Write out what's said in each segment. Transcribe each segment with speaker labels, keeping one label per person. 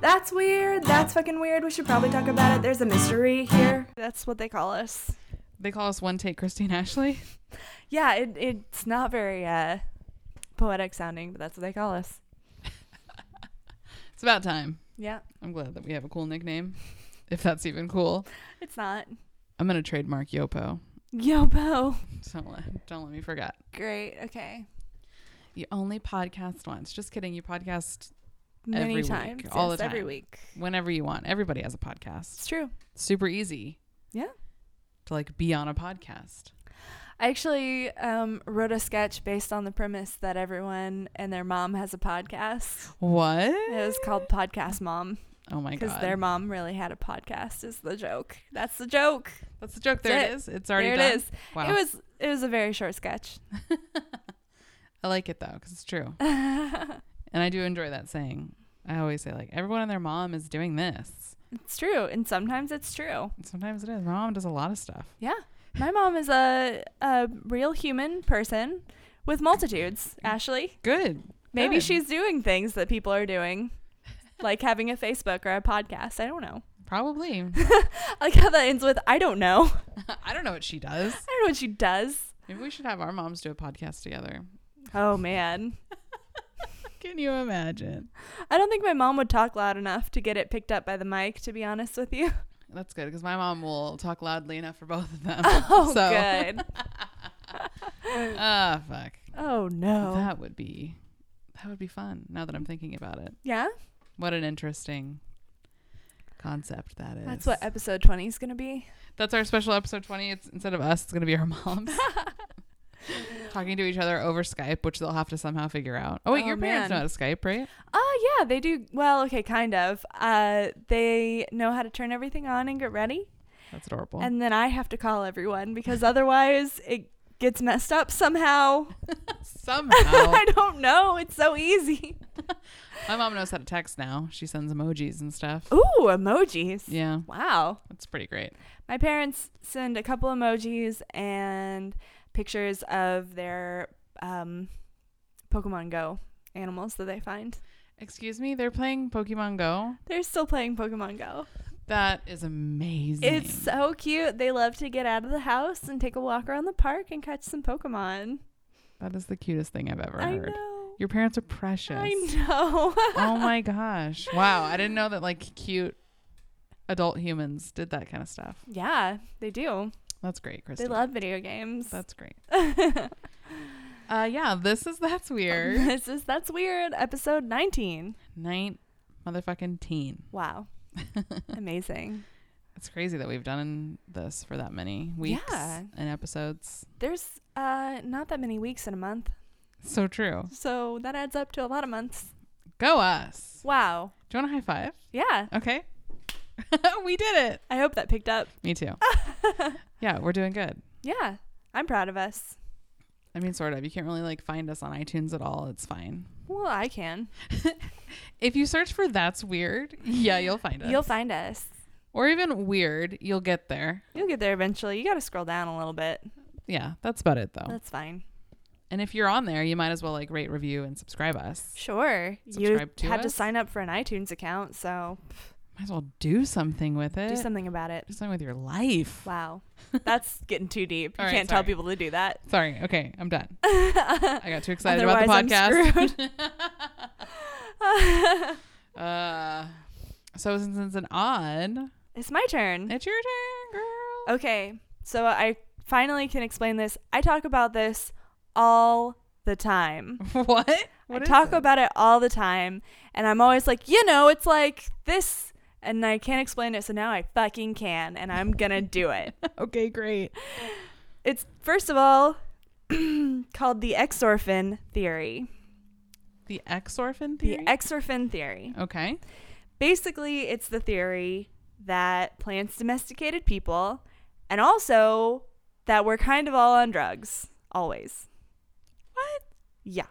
Speaker 1: That's weird. That's fucking weird. We should probably talk about it. There's a mystery here. That's what they call us.
Speaker 2: They call us one take Christine Ashley.
Speaker 1: Yeah, it, it's not very uh, poetic sounding, but that's what they call us.
Speaker 2: It's about time.
Speaker 1: Yeah,
Speaker 2: I'm glad that we have a cool nickname, if that's even cool.
Speaker 1: it's not.
Speaker 2: I'm gonna trademark Yopo.
Speaker 1: Yo, Bo.
Speaker 2: So don't let, don't let me forget.
Speaker 1: Great. Okay.
Speaker 2: You only podcast once. Just kidding. You podcast
Speaker 1: Many
Speaker 2: Every week,
Speaker 1: times.
Speaker 2: all
Speaker 1: yes,
Speaker 2: the
Speaker 1: Every
Speaker 2: time.
Speaker 1: week.
Speaker 2: whenever you want. Everybody has a podcast.
Speaker 1: It's true.
Speaker 2: Super easy.
Speaker 1: Yeah.
Speaker 2: To like be on a podcast.
Speaker 1: I actually um, wrote a sketch based on the premise that everyone and their mom has a podcast.
Speaker 2: What?
Speaker 1: It was called Podcast Mom
Speaker 2: Oh my
Speaker 1: because
Speaker 2: god.
Speaker 1: their mom really had a podcast. Is the joke? That's the joke.
Speaker 2: That's the joke. There
Speaker 1: That's
Speaker 2: it is. It's already
Speaker 1: there
Speaker 2: done.
Speaker 1: it is.
Speaker 2: Wow.
Speaker 1: It was it was a very short sketch.
Speaker 2: I like it though because it's true, and I do enjoy that saying. I always say like everyone and their mom is doing this.
Speaker 1: It's true, and sometimes it's true.
Speaker 2: And sometimes it is. My mom does a lot of stuff.
Speaker 1: Yeah, my mom is a a real human person with multitudes. Ashley,
Speaker 2: Good.
Speaker 1: maybe
Speaker 2: Good.
Speaker 1: she's doing things that people are doing, like having a Facebook or a podcast. I don't know.
Speaker 2: Probably.
Speaker 1: I like how that ends with I don't know.
Speaker 2: I don't know what she does.
Speaker 1: I don't know what she does.
Speaker 2: Maybe we should have our moms do a podcast together.
Speaker 1: Oh man,
Speaker 2: Can you imagine?
Speaker 1: I don't think my mom would talk loud enough to get it picked up by the mic. To be honest with you.
Speaker 2: That's good because my mom will talk loudly enough for both of them.
Speaker 1: Oh
Speaker 2: so,
Speaker 1: good.
Speaker 2: Ah, fuck.
Speaker 1: Oh no.
Speaker 2: That would be that would be fun. Now that I'm thinking about it,
Speaker 1: Yeah,
Speaker 2: what an interesting concept that is.
Speaker 1: that's what episode twenty is gonna be.
Speaker 2: That's our special episode 20. It's instead of us, it's going to be our moms. Talking to each other over Skype, which they'll have to somehow figure out. Oh, wait,
Speaker 1: Oh,
Speaker 2: your parents know
Speaker 1: man.
Speaker 2: how to Skype, right?
Speaker 1: Oh yeah, they do. Well, okay, kind of. Uh, they know how to turn everything on and get ready,
Speaker 2: That's adorable.
Speaker 1: and then I have to call everyone because otherwise it gets messed up somehow.
Speaker 2: Somehow,
Speaker 1: I don't know. It's so easy.
Speaker 2: my mom knows how to text now. She sends emojis and stuff.
Speaker 1: Ooh, emojis.
Speaker 2: Yeah,
Speaker 1: Wow.
Speaker 2: that's pretty great.
Speaker 1: My parents send a couple emojis and pictures of their um, Pokemon Go animals that they find.
Speaker 2: Excuse me, they're playing Pokemon Go.
Speaker 1: They're still playing Pokemon Go.
Speaker 2: That is amazing.
Speaker 1: It's so cute. They love to get out of the house and take a walk around the park and catch some Pokemon.
Speaker 2: that is the cutest thing I've ever
Speaker 1: I
Speaker 2: heard.
Speaker 1: know.
Speaker 2: Your parents are precious.
Speaker 1: I know.
Speaker 2: oh my gosh. Wow. I didn't know that like cute adult humans did that kind of stuff.
Speaker 1: yeah, they do.
Speaker 2: That's great,
Speaker 1: They
Speaker 2: Kristen.
Speaker 1: love video games.
Speaker 2: That's great. uh yeah, this is that's weird.
Speaker 1: this is that's weird. Episode 19.
Speaker 2: Night motherfucking teen.
Speaker 1: Wow. Amazing.
Speaker 2: It's crazy that we've done this for that many weeks
Speaker 1: Yeah.
Speaker 2: and episodes.
Speaker 1: There's uh not that many weeks in a month.
Speaker 2: So true.
Speaker 1: So that adds up to a lot of months.
Speaker 2: Go us.
Speaker 1: Wow.
Speaker 2: Do you want a high five?
Speaker 1: Yeah.
Speaker 2: Okay. we did it.
Speaker 1: I hope that picked up.
Speaker 2: Me too. yeah, we're doing good.
Speaker 1: Yeah. I'm proud of us.
Speaker 2: I mean, sort of. You can't really like find us on iTunes at all. It's fine.
Speaker 1: Well, I can.
Speaker 2: If you search for "That's Weird," yeah, you'll find us.
Speaker 1: You'll find us.
Speaker 2: or even "Weird," you'll get there.
Speaker 1: You'll get there eventually. You got to scroll down a little bit.
Speaker 2: Yeah, that's about it though.
Speaker 1: That's fine.
Speaker 2: and if you're on there, you might as well like rate, review, and subscribe us.
Speaker 1: Sure.
Speaker 2: Subscribe to
Speaker 1: you had to
Speaker 2: us?
Speaker 1: sign up for an iTunes account, so
Speaker 2: Might as well do something with it.
Speaker 1: do something about it.
Speaker 2: Do something with your life.
Speaker 1: Wow. That's getting too deep. You
Speaker 2: All right,
Speaker 1: can't tell
Speaker 2: sorry.
Speaker 1: people to do that.
Speaker 2: Sorry. Okay, I'm done. I got too excited about
Speaker 1: Otherwise,
Speaker 2: the
Speaker 1: I'm
Speaker 2: podcast. uh, so since it's an odd,
Speaker 1: It's my turn.
Speaker 2: it's your turn, girl.
Speaker 1: Okay. So I finally can explain this. I talk about this all the time.
Speaker 2: what? What
Speaker 1: I
Speaker 2: is
Speaker 1: talk
Speaker 2: it?
Speaker 1: about it all the time, and I'm always like, you know, it's like this, and I can't explain it, so now I fucking can, and I'm gonna do it.
Speaker 2: Okay, great.
Speaker 1: It's first of all called the exorphin theory.
Speaker 2: The ex orphan
Speaker 1: The
Speaker 2: theory.
Speaker 1: exorphin theory.
Speaker 2: okay.
Speaker 1: Basically, it's the theory that plants domesticated people, and also that we're kind of all on drugs always.
Speaker 2: What?
Speaker 1: Yeah.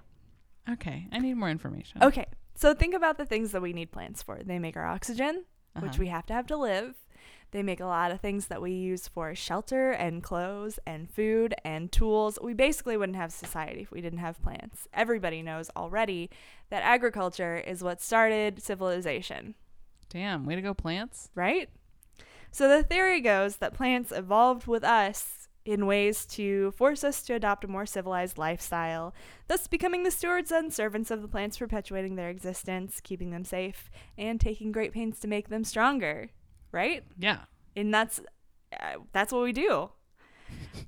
Speaker 2: Okay. I need more information.
Speaker 1: Okay. So think about the things that we need plants for. They make our oxygen, which
Speaker 2: Uh-huh.
Speaker 1: we have to have to live. They make a lot of things that we use for shelter and clothes and food and tools. We basically wouldn't have society if we didn't have plants. Everybody knows already that agriculture is what started civilization.
Speaker 2: Damn, way to go, plants.
Speaker 1: right? So the theory goes that plants evolved with us in ways to force us to adopt a more civilized lifestyle, thus becoming the stewards and servants of the plants, perpetuating their existence, keeping them safe, and taking great pains to make them stronger, right?
Speaker 2: Yeah.
Speaker 1: and that's uh, that's what we do.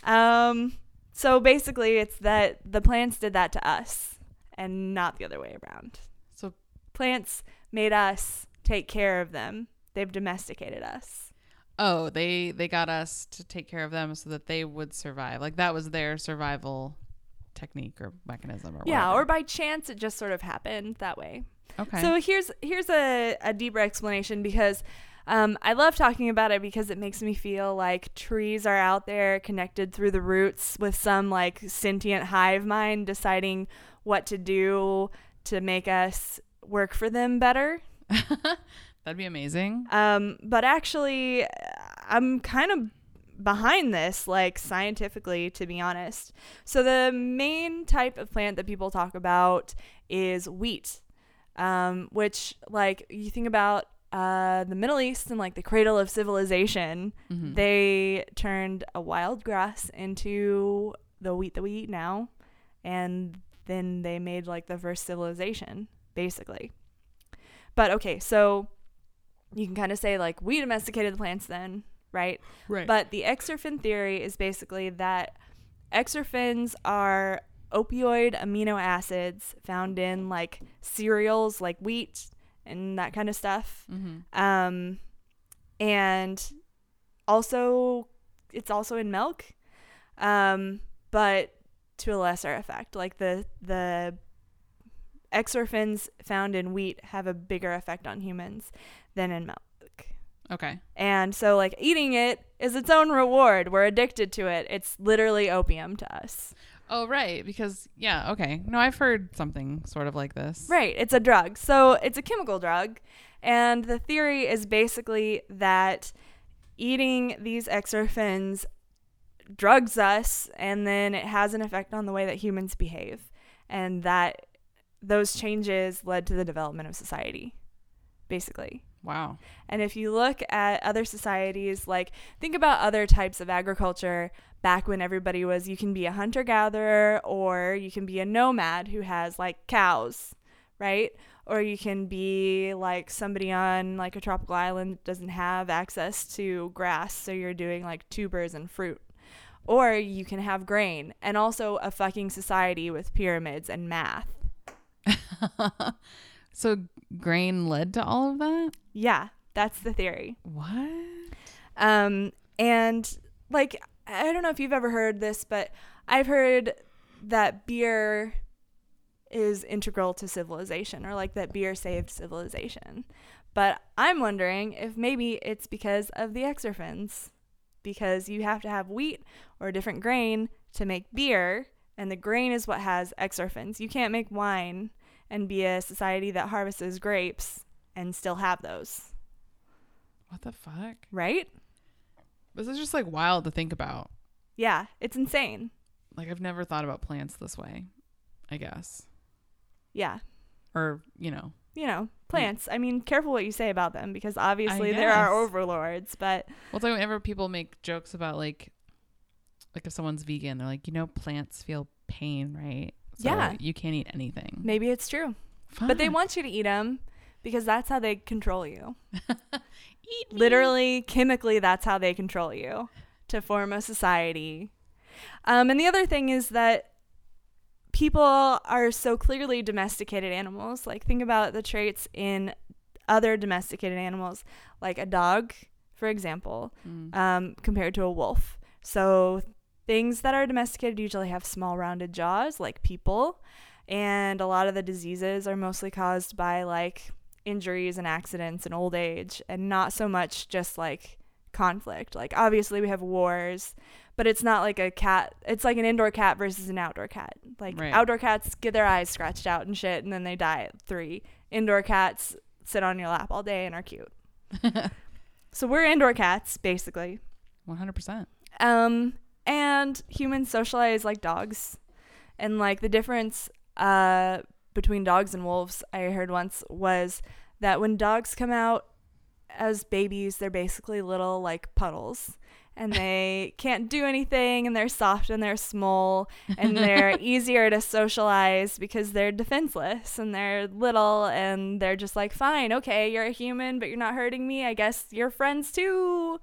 Speaker 1: Um, so basically, it's that the plants did that to us, and not the other way around.
Speaker 2: So
Speaker 1: Plants made us take care of them. They've domesticated us.
Speaker 2: Oh, they they got us to take care of them so that they would survive. Like that was their survival technique or mechanism or
Speaker 1: Yeah, or
Speaker 2: whatever.
Speaker 1: by chance, it just sort of happened that way.
Speaker 2: okay.
Speaker 1: So here's here's a, a deeper explanation because um, I love talking about it because it makes me feel like trees are out there connected through the roots with some like sentient hive mind deciding what to do to make us work for them better.
Speaker 2: That'd be amazing.
Speaker 1: Um, but actually, uh, I'm kind of behind this, like scientifically, to be honest. So, the main type of plant that people talk about is wheat, um, which, like, you think about uh, the Middle East and like the cradle of civilization, they turned a wild grass into the wheat that we eat now. And then they made like the first civilization, basically. But okay, so you can kind of say like we domesticated the plants then, right?
Speaker 2: Right.
Speaker 1: But the exerfin theory is basically that exerfins are opioid amino acids found in like cereals like wheat and that kind of stuff.
Speaker 2: mm-hmm.
Speaker 1: Um, and also, it's also in milk, um, but to a lesser effect. Like the the exorphins found in wheat have a bigger effect on humans than in milk.
Speaker 2: Okay.
Speaker 1: And so, like eating it is its own reward. We're addicted to it. It's literally opium to us.
Speaker 2: Oh right, because yeah, okay. No, I've heard something sort of like this.
Speaker 1: Right. It's a drug. So it's a chemical drug. And the theory is basically that eating these exorphins drugs us and then it has an effect on the way that humans behave. And that those changes led to the development of society, basically.
Speaker 2: Wow.
Speaker 1: And if you look at other societies, like think about other types of agriculture back when everybody was you can be a hunter gatherer or you can be a nomad who has like cows, right? Or you can be like somebody on like a tropical island that doesn't have access to grass, so you're doing like tubers and fruit. Or you can have grain and also a fucking society with pyramids and math.
Speaker 2: so grain led to all of that?
Speaker 1: Yeah, that's the theory.
Speaker 2: What?
Speaker 1: Um, and like, I don't know if you've ever heard this, but I've heard that beer is integral to civilization or like that beer saved civilization. But I'm wondering if maybe it's because of the exorphins, because you have to have wheat or a different grain to make beer, and the grain is what has exorphins. You can't make wine and be a society that harvests grapes and still have those,
Speaker 2: What the fuck?
Speaker 1: right?
Speaker 2: This is just like wild to think about.
Speaker 1: Yeah, it's insane.
Speaker 2: Like I've never thought about plants this way, I guess.
Speaker 1: Yeah.
Speaker 2: Or, you know,
Speaker 1: You know, plants. I mean, careful what you say about them because obviously
Speaker 2: Mm. I
Speaker 1: there are
Speaker 2: guess.
Speaker 1: overlords, but
Speaker 2: Well, it's like whenever people make jokes about like, like if someone's vegan, they're like, you know, plants feel pain, right? So
Speaker 1: Yeah.
Speaker 2: you can't eat anything.
Speaker 1: maybe it's true. But they
Speaker 2: Fuck.
Speaker 1: want you to eat them because that's how they control you.
Speaker 2: Eat me.
Speaker 1: Literally, chemically, that's how they control you to form a society. Um, and the other thing is that people are so clearly domesticated animals. Like, think about the traits in other domesticated animals, like a dog, for example.
Speaker 2: Mm.
Speaker 1: um, compared to a wolf. So things that are domesticated usually have small rounded jaws, like people, and a lot of the diseases are mostly caused by like injuries and accidents and old age, and not so much just like conflict. Like obviously we have wars, but it's not like a cat. It's like an indoor cat versus an outdoor cat. Like
Speaker 2: Right.
Speaker 1: outdoor cats get their eyes scratched out and shit, and then they die at three. Indoor cats sit on your lap all day and are cute. so we're indoor cats basically.
Speaker 2: 100%.
Speaker 1: Um, and humans socialize like dogs, and like the difference uh, between dogs and wolves, I heard once was that when dogs come out as babies, they're basically little like puddles and they can't do anything and they're soft and they're small and they're easier to socialize because they're defenseless and they're little and they're just like, fine, okay, you're a human, but you're not hurting me. I guess you're friends too.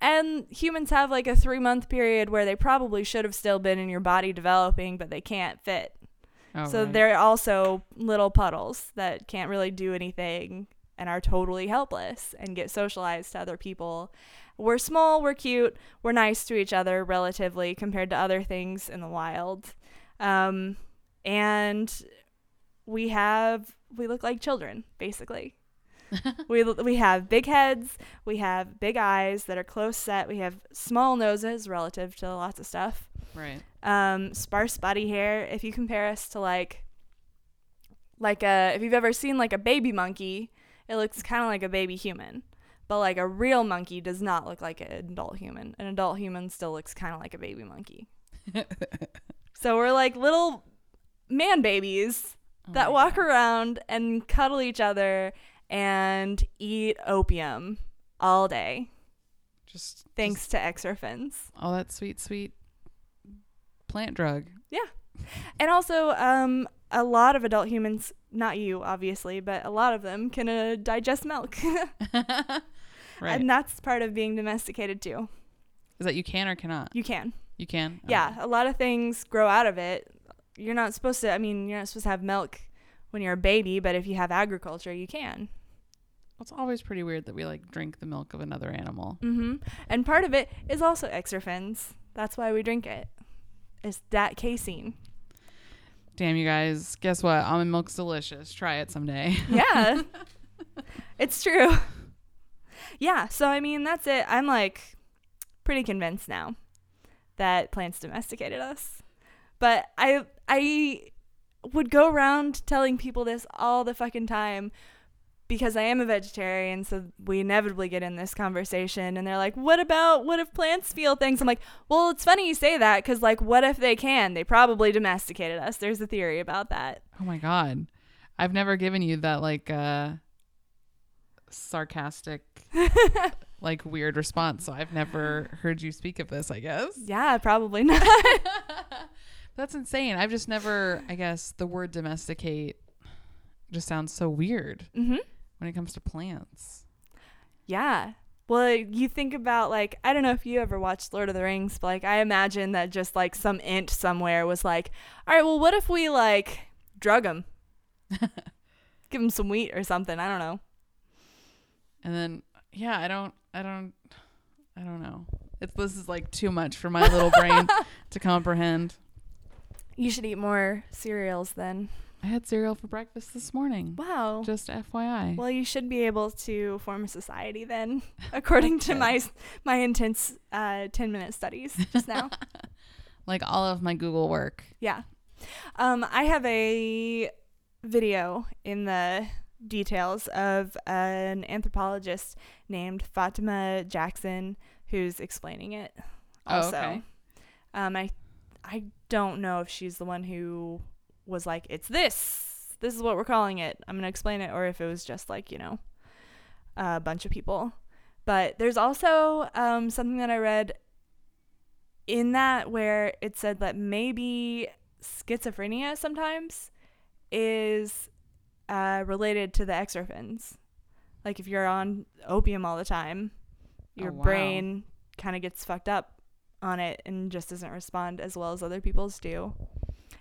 Speaker 1: And humans have like a three month period where they probably should have still been in your body developing, but they can't fit.
Speaker 2: Oh,
Speaker 1: So
Speaker 2: right.
Speaker 1: they're also little puddles that can't really do anything and are totally helpless and get socialized to other people. We're small, we're cute, we're nice to each other relatively compared to other things in the wild. Um, and we have, we look like children, basically. we, we have big heads, we have big eyes that are close set, we have small noses relative to lots of stuff
Speaker 2: right.
Speaker 1: um, sparse body hair. If you compare us to like, like a if you've ever seen like a baby monkey, it looks kind of like a baby human, but like a real monkey does not look like an adult human. An adult human still looks kind of like a baby monkey. so we're like little man babies
Speaker 2: Oh
Speaker 1: that
Speaker 2: my
Speaker 1: walk
Speaker 2: God.
Speaker 1: around and cuddle each other and eat opium all day
Speaker 2: Just
Speaker 1: thanks to exorphins.
Speaker 2: just all that sweet, sweet plant drug.
Speaker 1: And also, um, a lot of adult humans, not you obviously, but a lot of them can uh, digest milk.
Speaker 2: right.
Speaker 1: And that's part of being domesticated too.
Speaker 2: Is that you can or cannot?
Speaker 1: You can.
Speaker 2: You can. Oh.
Speaker 1: Yeah, a lot of things grow out of it. You're not supposed to, I mean, you're not supposed to have milk when you're a baby, but if you have agriculture, you can.
Speaker 2: It's always pretty weird that we like drink the milk of another animal.
Speaker 1: hmm And part of it is also exorphins. That's why we drink it. It's that casein.
Speaker 2: Damn, you guys. Guess what? Almond milk's delicious. Try it someday.
Speaker 1: Yeah. it's true. Yeah, so I mean that's it. I'm like pretty convinced now that plants domesticated us. But I I would go around telling people this all the fucking time because I am a vegetarian, so we inevitably get in this conversation and they're like, "What about what if plants feel things?" I'm like, "Well, it's funny you say that cuz like what if they can? They probably domesticated us. There's a theory about that."
Speaker 2: oh my god. I've never given you that like uh sarcastic like weird response. So I've never heard you speak of this, I guess.
Speaker 1: Yeah, probably not.
Speaker 2: That's insane. I've just never, I guess, the word domesticate just sounds so weird
Speaker 1: mm-hmm.
Speaker 2: when it comes to plants.
Speaker 1: Yeah. Well, you think about like I don't know if you ever watched Lord of the Rings, but like I imagine that just like some int somewhere was like, "All right, well, what if we like drug him, give him some wheat or something? I don't know."
Speaker 2: And then, yeah, I don't, I don't, I don't know. It's this is like too much for my little brain to comprehend.
Speaker 1: You should eat more cereals then.
Speaker 2: I had cereal for breakfast this morning.
Speaker 1: Wow.
Speaker 2: Just FYI.
Speaker 1: Well, you should be able to form a society then, according to my my intense uh, ten minute studies just now.
Speaker 2: Like all of my Google work.
Speaker 1: Yeah. Um, I have a video in the details of an anthropologist named Fatima Jackson who's explaining it.
Speaker 2: Oh,
Speaker 1: Also,
Speaker 2: okay.
Speaker 1: um, I I don't know if she's the one who was like, "It's this. This is what we're calling it. I'm gonna explain it," or if it was just like you know, a bunch of people. But there's also um, something that I read in that where it said that maybe schizophrenia sometimes is uh, related to the exorphins. Like if you're on opium all the time, your
Speaker 2: wow.
Speaker 1: brain kind of gets fucked up on it and just doesn't respond as well as other people's do.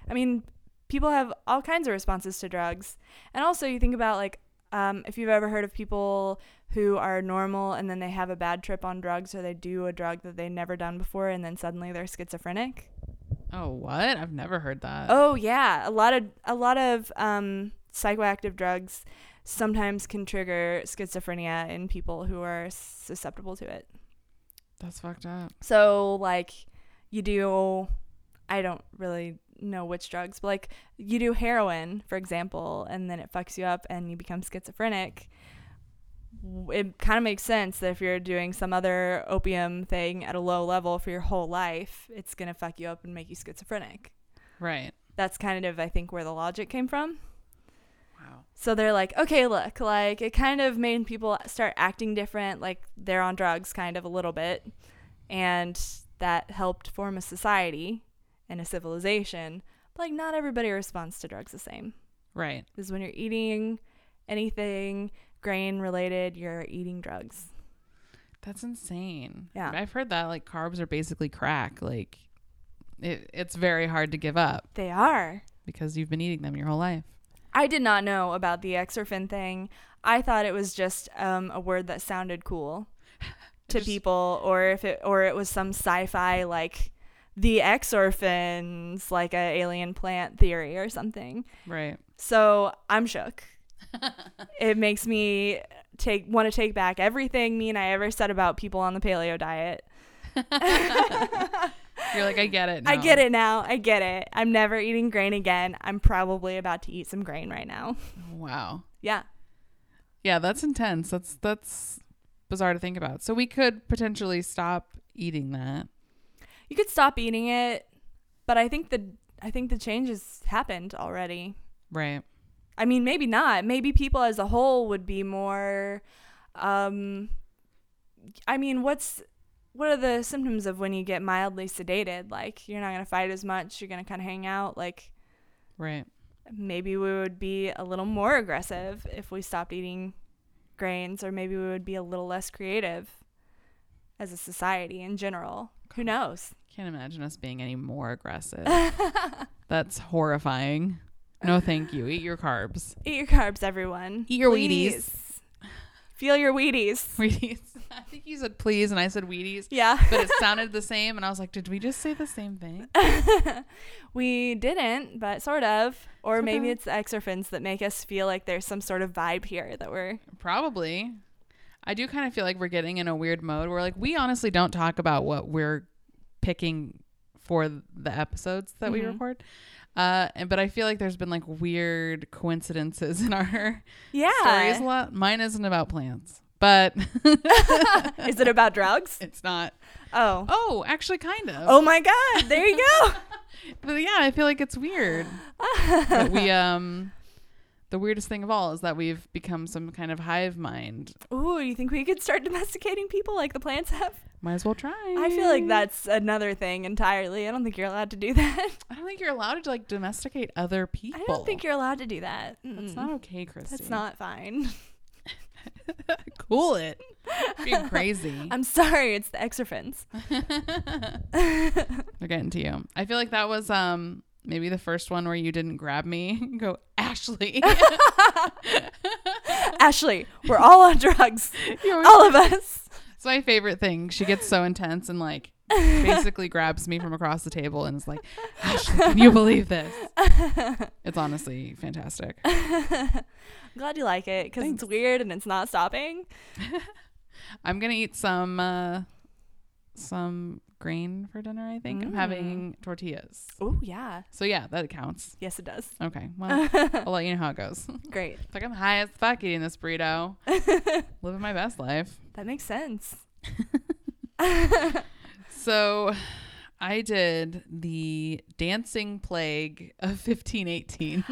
Speaker 1: I mean, people have all kinds of responses to drugs. And also, you think about like um, if you've ever heard of people who are normal and then they have a bad trip on drugs or they do a drug that they've never done before and then suddenly they're schizophrenic.
Speaker 2: Oh, what? I've never heard that.
Speaker 1: Oh yeah, a lot of a lot of um, psychoactive drugs sometimes can trigger schizophrenia in people who are susceptible to it.
Speaker 2: That's fucked up.
Speaker 1: So like you do I don't really know which drugs, but like you do heroin, for example, and then it fucks you up and you become schizophrenic. w- It kind of makes sense that if you're doing some other opium thing at a low level for your whole life, it's going to fuck you up and make you schizophrenic.
Speaker 2: Right.
Speaker 1: That's kind of I think where the logic came from.
Speaker 2: Wow. Wow.
Speaker 1: So they're like, okay, look, like it kind of made people start acting different, like they're on drugs kind of a little bit. And that helped form a society and a civilization. But like, not everybody responds to drugs the same.
Speaker 2: Right.
Speaker 1: This is when you're eating anything grain related, you're eating drugs.
Speaker 2: That's insane.
Speaker 1: Yeah.
Speaker 2: I've heard that like carbs are basically crack. Like it, it's very hard to give up
Speaker 1: They are.
Speaker 2: because you've been eating them your whole life.
Speaker 1: I did not know about the exorphin thing. I thought it was just um, a word that sounded cool to
Speaker 2: just-
Speaker 1: people, or if it or it was some sci-fi like the exorphins, like a alien plant theory or something.
Speaker 2: Right.
Speaker 1: So I'm shook. it makes me take want to take back everything me and I ever said about people on the paleo diet.
Speaker 2: You're like, I get it.
Speaker 1: I
Speaker 2: now."
Speaker 1: get it now. I get it. I'm never eating grain again. I'm probably about to eat some grain right now.
Speaker 2: Wow.
Speaker 1: Yeah.
Speaker 2: Yeah, that's intense. That's that's bizarre to think about. So we could potentially stop eating that.
Speaker 1: You could stop eating it, but I think the I think the change has happened already.
Speaker 2: Right.
Speaker 1: I mean, maybe not. Maybe people as a whole would be more um I mean, what's what are the symptoms of when you get mildly sedated? Like you're not going to fight as much, you're going to kind of hang out like
Speaker 2: Right.
Speaker 1: maybe we would be a little more aggressive if we stopped eating grains or maybe we would be a little less creative as a society in general. Who knows?
Speaker 2: Can't imagine us being any more aggressive. that's horrifying. No, thank you. Eat your carbs.
Speaker 1: Eat your carbs, everyone.
Speaker 2: Eat your
Speaker 1: Please. Feel your Wheaties.
Speaker 2: Wheaties. I think you said please, and I said Wheaties,
Speaker 1: Yeah.
Speaker 2: but it sounded the same, and I was like, did we just say the same thing?
Speaker 1: We didn't, but sort of. Or
Speaker 2: Sort
Speaker 1: maybe
Speaker 2: of.
Speaker 1: it's the exorphins that make us feel like there's some sort of vibe here that we're.
Speaker 2: Probably. I do kind of feel like we're getting in a weird mode where, like, we honestly don't talk about what we're picking for the episodes that we
Speaker 1: Mhm.
Speaker 2: record. Uh, and but I feel like there's been like weird coincidences in our stories a
Speaker 1: Yeah.
Speaker 2: lot. Mine isn't about plants, but
Speaker 1: Is it about drugs?
Speaker 2: it's not.
Speaker 1: Oh.
Speaker 2: Oh, actually, kind of.
Speaker 1: Oh my God. There you go.
Speaker 2: But yeah, I feel like it's weird that we um the weirdest thing of all is that we've become some kind of hive mind.
Speaker 1: Ooh, you think we could start domesticating people like the plants have?
Speaker 2: Might as well try.
Speaker 1: I feel like that's another thing entirely. I don't think you're allowed to do that.
Speaker 2: I don't think you're allowed to like domesticate other people.
Speaker 1: I don't think you're allowed to do that.
Speaker 2: That's
Speaker 1: Mm-mm.
Speaker 2: not okay, Christy.
Speaker 1: That's not fine.
Speaker 2: cool. It being crazy.
Speaker 1: I'm sorry. It's the exorphins.
Speaker 2: They're getting to you. I feel like that was um maybe the first one where you didn't grab me. and Go Ashley.
Speaker 1: Ashley, we're all on drugs.
Speaker 2: You always-
Speaker 1: All of us.
Speaker 2: It's my favorite thing. She gets so intense and like basically grabs me from across the table and is like, Ashley, can you believe this? It's honestly fantastic.
Speaker 1: I'm glad you like it because it's
Speaker 2: Thanks.
Speaker 1: weird and it's not stopping.
Speaker 2: I'm gonna eat some uh, some grain for dinner. I think I'm having tortillas.
Speaker 1: Oh, yeah.
Speaker 2: So yeah, that counts.
Speaker 1: Yes, it does.
Speaker 2: Okay, well, I'll let you know how it goes.
Speaker 1: Great.
Speaker 2: It's like I'm high as fuck eating this burrito, living my best life.
Speaker 1: That makes sense.
Speaker 2: So. I did the dancing plague of 1518.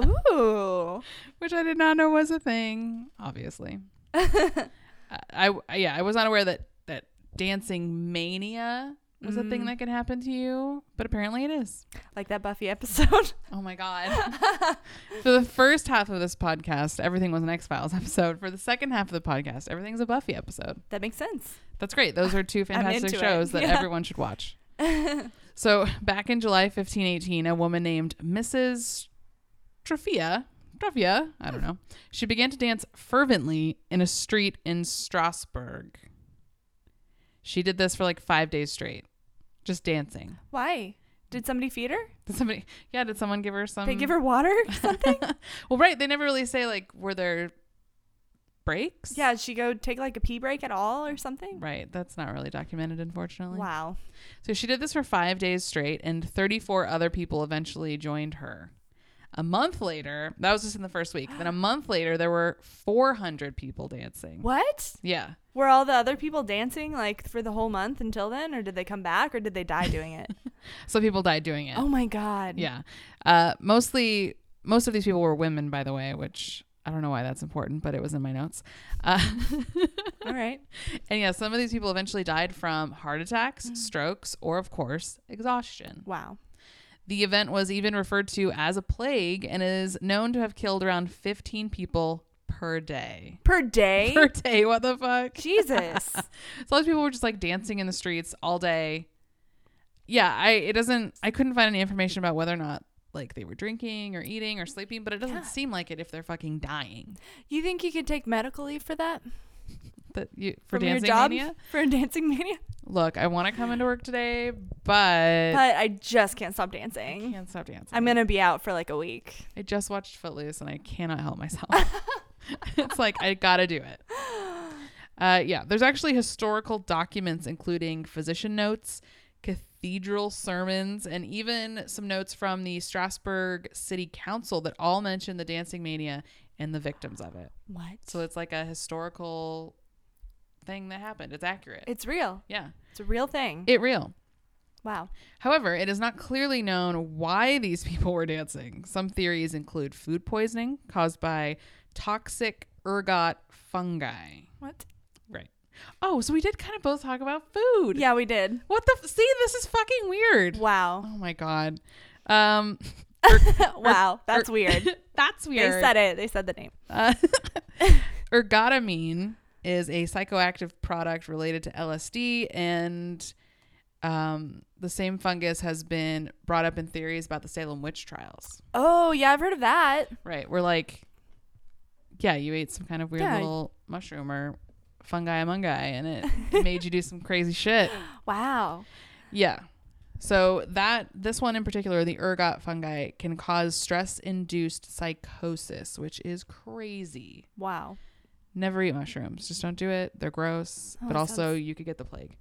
Speaker 1: Ooh.
Speaker 2: which I did not know was a thing. Obviously, I, I yeah, I was not aware that that dancing mania was a thing that could happen to you, but apparently it is.
Speaker 1: Like that Buffy episode.
Speaker 2: Oh my god! For the first half of this podcast, everything was an X Files episode. For the second half of the podcast, everything's a Buffy episode.
Speaker 1: that makes sense.
Speaker 2: That's great. Those are two fantastic
Speaker 1: into it.
Speaker 2: shows that
Speaker 1: Yeah.
Speaker 2: everyone should watch. so back in July 1518, a woman named Mrs. Trophia, Trophia, I don't know, she began to dance fervently in a street in Strasbourg. She did this for like five days straight, just dancing.
Speaker 1: Why? Did somebody feed her?
Speaker 2: Did somebody? Yeah, did someone give her some?
Speaker 1: They give her water or something?
Speaker 2: Well, right. They never really say like were there breaks.
Speaker 1: yeah, did she go take like a pee break at all or something?
Speaker 2: Right. That's not really documented, unfortunately.
Speaker 1: Wow.
Speaker 2: So she did this for five days straight, and 34 other people eventually joined her. A month later, that was just in the first week. Then a month later, there were 400 people dancing.
Speaker 1: What?
Speaker 2: Yeah.
Speaker 1: Were all the other people dancing like for the whole month until then or did they come back or did they die doing it?
Speaker 2: So people died doing it.
Speaker 1: oh my god.
Speaker 2: Yeah. Uh, mostly Most of these people were women, by the way, which I don't know why that's important, but it was in my notes. Uh,
Speaker 1: All right.
Speaker 2: and yeah, some of these people eventually died from heart attacks,
Speaker 1: Mm.
Speaker 2: strokes, or, of course, exhaustion.
Speaker 1: Wow.
Speaker 2: The event was even referred to as a plague and is known to have killed around 15 people per day.
Speaker 1: Per day?
Speaker 2: Per day, what the fuck?
Speaker 1: Jesus.
Speaker 2: So all these people were just like dancing in the streets all day. Yeah, I it doesn't I couldn't find any information about whether or not like they were drinking or eating or sleeping, but it doesn't
Speaker 1: Yeah.
Speaker 2: seem like it if they're fucking dying.
Speaker 1: You think you could take medical leave for that?
Speaker 2: That you for
Speaker 1: From
Speaker 2: dancing
Speaker 1: your job?
Speaker 2: mania?
Speaker 1: For dancing mania?
Speaker 2: Look, I want to come into work today, but I
Speaker 1: But I just can't stop dancing.
Speaker 2: can't stop dancing.
Speaker 1: I'm gonna be out for like a week.
Speaker 2: I just watched Footloose and I cannot help myself. it's like I gotta do it. Uh, yeah, there's actually historical documents including physician notes, cathedral sermons, and even some notes from the Strasbourg City Council that all mention the dancing mania and the victims of it.
Speaker 1: What?
Speaker 2: So it's like a historical thing that happened. It's accurate.
Speaker 1: It's real.
Speaker 2: yeah,
Speaker 1: It's a real thing.
Speaker 2: it real.
Speaker 1: wow.
Speaker 2: However, it is not clearly known why these people were dancing. Some theories include food poisoning caused by toxic ergot fungi.
Speaker 1: What?
Speaker 2: Right. Oh, so we did kind of both talk about food.
Speaker 1: Yeah, we did.
Speaker 2: What the? F- See, this is fucking weird.
Speaker 1: Wow.
Speaker 2: Oh my god. Um,
Speaker 1: wow. That's weird.
Speaker 2: that's
Speaker 1: They
Speaker 2: weird.
Speaker 1: said it. They said the name.
Speaker 2: Uh, ergotamine is a psychoactive product related to LSD, and um, the same fungus has been brought up in theories about the Salem witch trials.
Speaker 1: Oh yeah, I've heard of that.
Speaker 2: Right. We're like, yeah, you ate some kind of weird
Speaker 1: Yeah.
Speaker 2: little mushroom or fungi fungi, and it made you do some crazy shit.
Speaker 1: Wow.
Speaker 2: Yeah. So that this one in particular, the ergot fungi, can cause stress-induced psychosis, which is crazy.
Speaker 1: Wow.
Speaker 2: Never eat mushrooms. Just don't do it. They're gross.
Speaker 1: Oh,
Speaker 2: but
Speaker 1: that
Speaker 2: also,
Speaker 1: sounds-
Speaker 2: you could get the plague.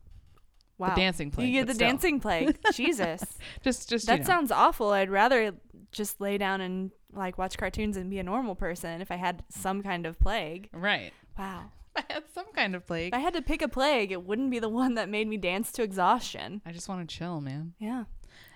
Speaker 1: Wow.
Speaker 2: The dancing plague.
Speaker 1: you get
Speaker 2: but
Speaker 1: the
Speaker 2: still.
Speaker 1: dancing plague. Jesus.
Speaker 2: Just, just
Speaker 1: That
Speaker 2: you know.
Speaker 1: sounds awful. I'd rather just lay down and like watch cartoons and be a normal person if I had some kind of plague.
Speaker 2: right.
Speaker 1: Wow.
Speaker 2: I had some kind of plague.
Speaker 1: If I had to pick a plague, it wouldn't be the one that made me dance to exhaustion.
Speaker 2: I just want to chill, man.
Speaker 1: Yeah.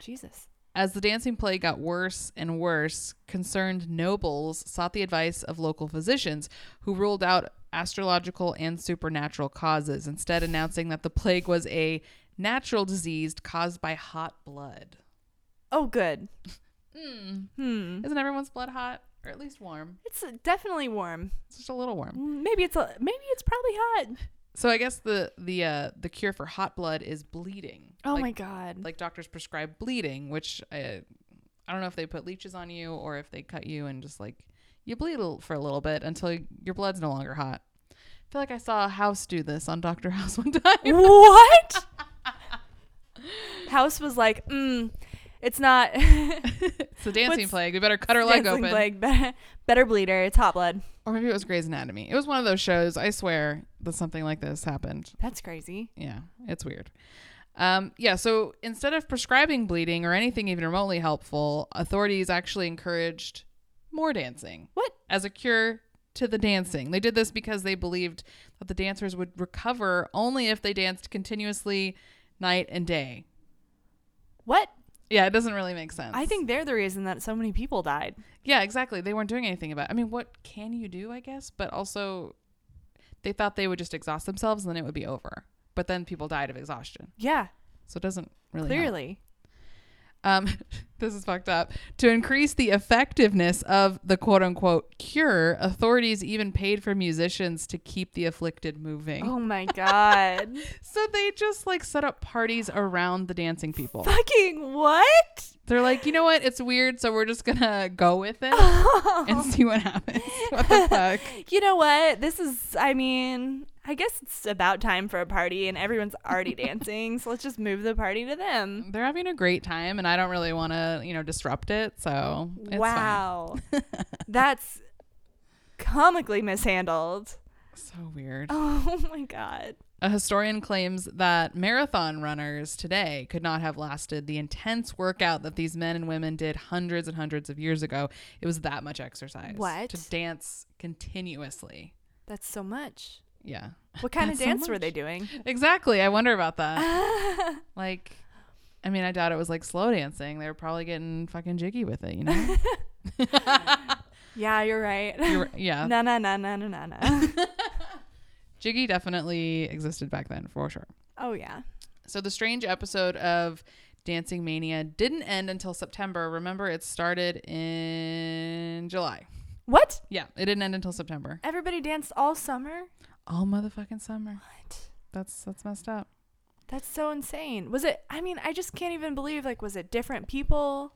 Speaker 1: Jesus.
Speaker 2: As the dancing plague got worse and worse, concerned nobles sought the advice of local physicians who ruled out astrological and supernatural causes, instead, announcing that the plague was a natural disease caused by hot blood.
Speaker 1: Oh, good.
Speaker 2: Mm.
Speaker 1: Hmm.
Speaker 2: Isn't everyone's blood hot? Or at least warm?
Speaker 1: It's uh, definitely warm. Mm,
Speaker 2: It's just a little warm.
Speaker 1: Maybe it's a, maybe it's probably hot.
Speaker 2: So I guess the the uh, the cure for hot blood is bleeding.
Speaker 1: Oh
Speaker 2: like,
Speaker 1: my god.
Speaker 2: Like doctors prescribe bleeding, which I, I don't know if they put leeches on you or if they cut you and just like you bleed a little- for a little bit until your blood's no longer hot. I feel like I saw House do this on Doctor House one time.
Speaker 1: what? House was like, mm, it's not
Speaker 2: it's the dancing
Speaker 1: What's-
Speaker 2: plague. We better cut her leg
Speaker 1: dancing
Speaker 2: open.
Speaker 1: plague, be- better bleeder. It's hot blood.
Speaker 2: Or maybe it was Grey's Anatomy. It was one of those shows. I swear that something like this happened.
Speaker 1: That's crazy.
Speaker 2: Yeah, it's weird. Um, yeah, so instead of prescribing bleeding or anything even remotely helpful, authorities actually encouraged more dancing.
Speaker 1: What?
Speaker 2: As a cure to the dancing. They did this because they believed that the dancers would recover only if they danced continuously night and day.
Speaker 1: What?
Speaker 2: Yeah, it doesn't really make sense.
Speaker 1: I think they're the reason that so many people died.
Speaker 2: Yeah, exactly. They weren't doing anything about I mean, what can you do, I guess? But also, they thought they would just exhaust themselves and then it would be over. But then people died of exhaustion.
Speaker 1: Yeah,
Speaker 2: So it doesn't really help.
Speaker 1: clearly.
Speaker 2: um, this is fucked up. To increase the effectiveness of the quote unquote cure, authorities even paid for musicians to keep the afflicted moving.
Speaker 1: Oh my god.
Speaker 2: So they just like set up parties around the dancing people.
Speaker 1: Fucking what?
Speaker 2: They're like, you know what? It's weird, so we're just gonna go with it and see what happens. What the fuck?
Speaker 1: You know what? This is I mean, I guess it's about time for a party and everyone's already dancing, so let's just move the party to them.
Speaker 2: They're having a great time, and I don't really want to, you know, disrupt it. So it's fine.
Speaker 1: wow. That's comically mishandled.
Speaker 2: So weird.
Speaker 1: Oh my god.
Speaker 2: A historian claims that marathon runners today could not have lasted the intense workout that these men and women did hundreds and hundreds of years ago. It was that much exercise.
Speaker 1: What?
Speaker 2: To dance continuously.
Speaker 1: That's so much.
Speaker 2: Yeah.
Speaker 1: What kind
Speaker 2: That's
Speaker 1: of
Speaker 2: so
Speaker 1: dance were
Speaker 2: much.
Speaker 1: they doing?
Speaker 2: Exactly. I wonder about that. like, I mean, I doubt it was like slow dancing. They were probably getting fucking jiggy with it, you know?
Speaker 1: yeah, you're right.
Speaker 2: You're- yeah.
Speaker 1: Na na na na na na na.
Speaker 2: Jiggy definitely existed back then for sure.
Speaker 1: oh yeah.
Speaker 2: So the strange episode of Dancing Mania didn't end until September. Remember, it started in July.
Speaker 1: What?
Speaker 2: Yeah, it didn't end until September.
Speaker 1: Everybody danced all summer?
Speaker 2: All motherfucking summer.
Speaker 1: What?
Speaker 2: That's that's messed up.
Speaker 1: That's so insane. Was it? I mean, I just can't even believe. Like, was it different people,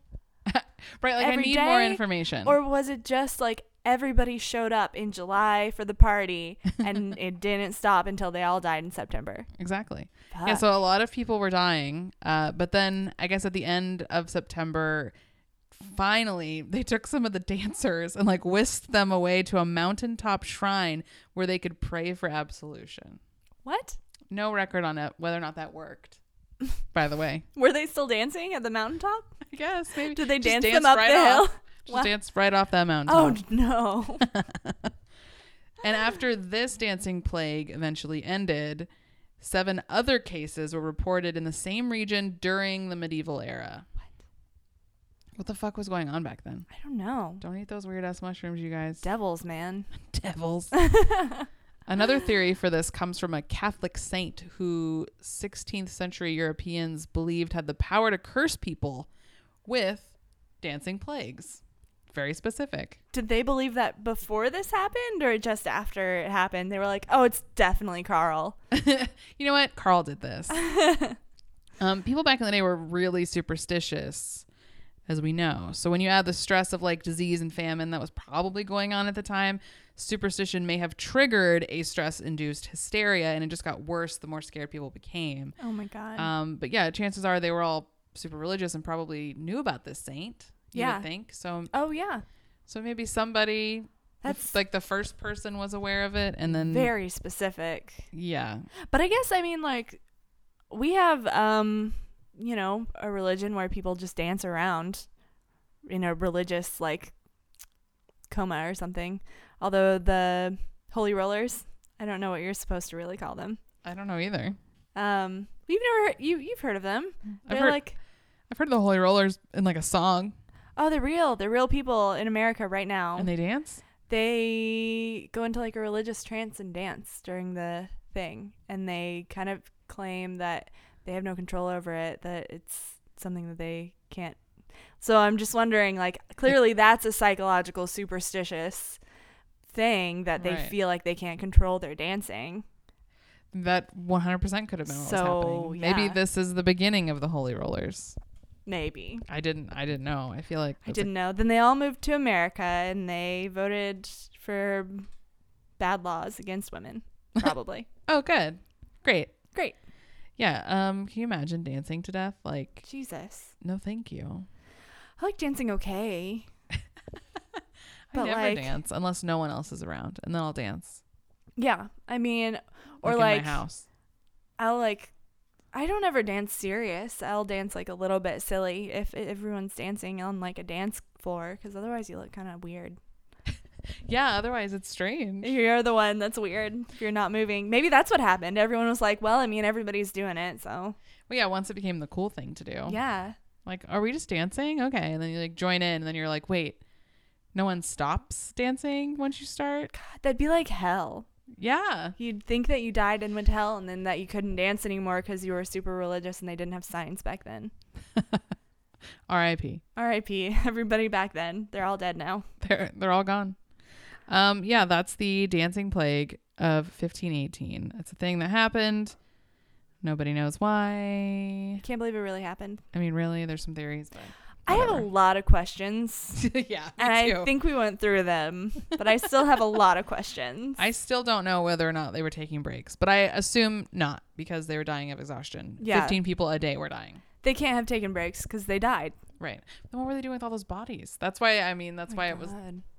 Speaker 2: Right, like
Speaker 1: Every
Speaker 2: I need more
Speaker 1: day,
Speaker 2: information.
Speaker 1: or was it just like everybody showed up in July for the party and it didn't stop until they all died in September?
Speaker 2: exactly. Yeah,
Speaker 1: Fuck.
Speaker 2: so a lot of people were dying. Uh, but then I guess at the end of September, finally they took some of the dancers and like whisked them away to a mountaintop shrine where they could pray for absolution.
Speaker 1: what?
Speaker 2: No record on it whether or not that worked. By the way,
Speaker 1: Were they still dancing at the mountaintop?
Speaker 2: I guess maybe
Speaker 1: Did they
Speaker 2: Just
Speaker 1: dance them up
Speaker 2: right
Speaker 1: the
Speaker 2: off.
Speaker 1: hill?
Speaker 2: Just
Speaker 1: Wow.
Speaker 2: dance right off that mountain.
Speaker 1: Oh no.
Speaker 2: And after this dancing plague eventually ended, seven other cases were reported in the same region during the medieval era. What? What the fuck was going on back then?
Speaker 1: I don't know.
Speaker 2: Don't eat those weird ass mushrooms, you guys.
Speaker 1: Devils, man.
Speaker 2: Devils. Another theory for this comes from a Catholic saint who 16th century Europeans believed had the power to curse people with dancing plagues. Very specific.
Speaker 1: Did they believe that before this happened or just after it happened? They were like, "Oh, it's definitely Carl."
Speaker 2: you know what? Carl did this. um, people back in the day were really superstitious, as we know. So when you add the stress of like disease and famine that was probably going on at the time, superstition may have triggered a stress induced hysteria and it just got worse the more scared people became.
Speaker 1: Oh my god.
Speaker 2: Um, but yeah, chances are they were all super religious and probably knew about this saint. You
Speaker 1: Yeah.
Speaker 2: would think. So
Speaker 1: oh yeah.
Speaker 2: so maybe somebody
Speaker 1: That's
Speaker 2: like the first person was aware of it and then
Speaker 1: very specific.
Speaker 2: yeah.
Speaker 1: But I guess I mean like we have um you know a religion where people just dance around in a religious like coma or something. Although the holy rollers, I don't know what you're supposed to really call them.
Speaker 2: I don't know either.
Speaker 1: Um we've never heard, you you've heard of them.
Speaker 2: I've
Speaker 1: They're
Speaker 2: heard-
Speaker 1: like
Speaker 2: I've heard of the Holy Rollers in like a song,
Speaker 1: oh they're real. They're real people in America right now.
Speaker 2: and they dance.
Speaker 1: they go into like a religious trance and dance during the thing and they kind of claim that they have no control over it that it's something that they can't so i'm just wondering like clearly that's a psychological superstitious thing that they
Speaker 2: Right.
Speaker 1: feel like they can't control their dancing
Speaker 2: That 100% could have been what was
Speaker 1: So,
Speaker 2: happening. Maybe
Speaker 1: yeah.
Speaker 2: this is the beginning of the Holy Rollers.
Speaker 1: maybe
Speaker 2: I didn't. I didn't know. I feel like
Speaker 1: i
Speaker 2: that's, like,
Speaker 1: didn't know then they all moved to america and they voted for bad laws against women probably
Speaker 2: oh, good, great,
Speaker 1: Great.
Speaker 2: Yeah. Um. Can you imagine dancing to death? Like,
Speaker 1: jesus
Speaker 2: no, thank you.
Speaker 1: i like dancing okay But,
Speaker 2: I never
Speaker 1: like-
Speaker 2: dance unless no one else is around, and then I'll dance.
Speaker 1: Yeah, I mean, or
Speaker 2: like,
Speaker 1: like,
Speaker 2: in my house.
Speaker 1: I'll like, I don't ever dance serious. I'll dance like a little bit silly if if everyone's dancing on like a dance floor, because otherwise you look kind of weird.
Speaker 2: Yeah. Otherwise, it's strange.
Speaker 1: You're the one that's weird if you're not moving. Maybe that's what happened. Everyone was like, well, I mean, everybody's doing it, so
Speaker 2: Well, yeah. Once it became the cool thing to do.
Speaker 1: yeah,
Speaker 2: Like, are we just dancing? Okay. And then you like join in, and then you're like, wait, no one stops dancing once you start.
Speaker 1: that'd be like hell.
Speaker 2: Yeah.
Speaker 1: You'd think that you died and went to hell, and then that you couldn't dance anymore because you were super religious and they didn't have signs back then.
Speaker 2: R.I.P.
Speaker 1: R.I.P. Everybody back then, they're all dead now.
Speaker 2: They're they're all gone. Um, yeah, that's the dancing plague of 1518. It's a thing that happened. Nobody knows why.
Speaker 1: Can't believe it really happened.
Speaker 2: I mean, really, there's some theories, but
Speaker 1: I have a
Speaker 2: Whatever.
Speaker 1: lot of questions.
Speaker 2: yeah,
Speaker 1: And
Speaker 2: I
Speaker 1: I think we went through them, but I still have a lot of questions.
Speaker 2: I still don't know whether or not they were taking breaks, but I assume not because they were dying of exhaustion.
Speaker 1: Yeah.
Speaker 2: 15 people a day were dying.
Speaker 1: they can't have taken breaks because they died.
Speaker 2: Right. Then what were they doing with all those bodies? That's why I mean,
Speaker 1: Oh
Speaker 2: that's why it was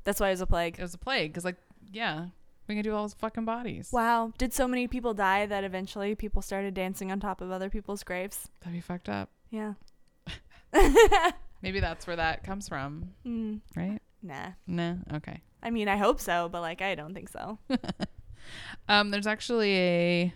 Speaker 1: That's why it was a plague.
Speaker 2: it was a plague because like yeah, we can do all those fucking bodies.
Speaker 1: Wow. Did so many people die that eventually people started dancing on top of other people's graves?
Speaker 2: That'd be fucked up.
Speaker 1: Yeah.
Speaker 2: Maybe that's where that comes from,
Speaker 1: Mm,
Speaker 2: right?
Speaker 1: nah.
Speaker 2: No. Okay.
Speaker 1: I mean, I hope so, but like, I don't think so.
Speaker 2: Um, there's actually a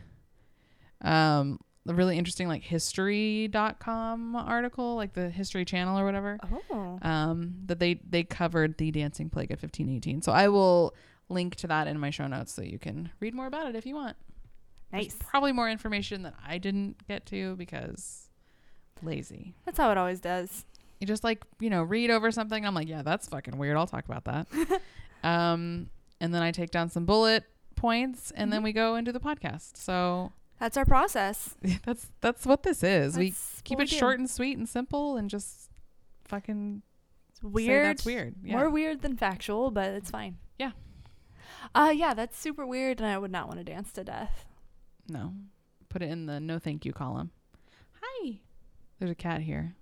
Speaker 2: um the really interesting like history.com article, like the History Channel or whatever,
Speaker 1: Oh.
Speaker 2: um, that they they covered the dancing plague of 1518. So I will link to that in my show notes so you can read more about it if you want.
Speaker 1: Nice.
Speaker 2: Probably more information that I didn't get to because lazy.
Speaker 1: That's how it always does.
Speaker 2: you just like you know read over something i'm like yeah that's fucking weird i'll talk about that um and then i take down some bullet points and
Speaker 1: Mm-hmm.
Speaker 2: then we go into the podcast so
Speaker 1: That's our process.
Speaker 2: that's that's what this is we
Speaker 1: That's what
Speaker 2: keep
Speaker 1: we
Speaker 2: it
Speaker 1: do.
Speaker 2: short and sweet and simple and just fucking
Speaker 1: It's
Speaker 2: weird
Speaker 1: weird.
Speaker 2: say that's weird yeah
Speaker 1: More weird than factual, but it's fine.
Speaker 2: Yeah.
Speaker 1: Uh yeah, that's super weird and I would not want to dance to death.
Speaker 2: no put it in the no thank you column hi there's a cat here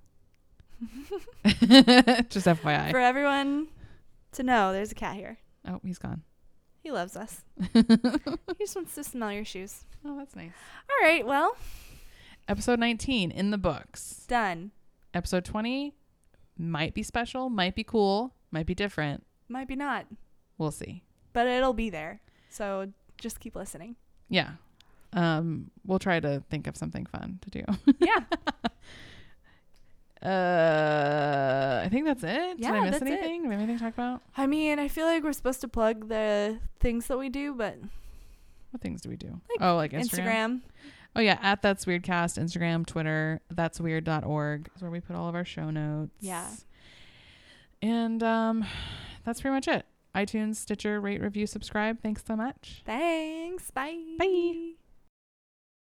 Speaker 2: just fyi
Speaker 1: For everyone to know, there's a cat here.
Speaker 2: oh he's gone
Speaker 1: He loves us.
Speaker 2: oh
Speaker 1: He just wants to smell your shoes.
Speaker 2: that's nice
Speaker 1: All right, well,
Speaker 2: episode 19 in the books
Speaker 1: done.
Speaker 2: episode 20 might be special, might be cool, might be different.
Speaker 1: Might be not,
Speaker 2: We'll see.
Speaker 1: but it'll be there. So just keep listening.
Speaker 2: Yeah. Um, we'll try to think of something fun to do.
Speaker 1: Yeah.
Speaker 2: Uh, I think that's it. Did
Speaker 1: Yeah,
Speaker 2: I miss
Speaker 1: that's it.
Speaker 2: anything? Did we have anything to talk about?
Speaker 1: I mean, I feel like we're supposed to plug the things that we do, but
Speaker 2: What things do we do?
Speaker 1: Like,
Speaker 2: oh, like Instagram.
Speaker 1: Instagram.
Speaker 2: Oh yeah, at that's weirdcast, Instagram, Twitter, that's weird.org is where we put all of our show notes.
Speaker 1: Yeah.
Speaker 2: And um that's pretty much it. iTunes, Stitcher, rate, review, subscribe. Thanks so much.
Speaker 1: Thanks. Bye.
Speaker 2: Bye.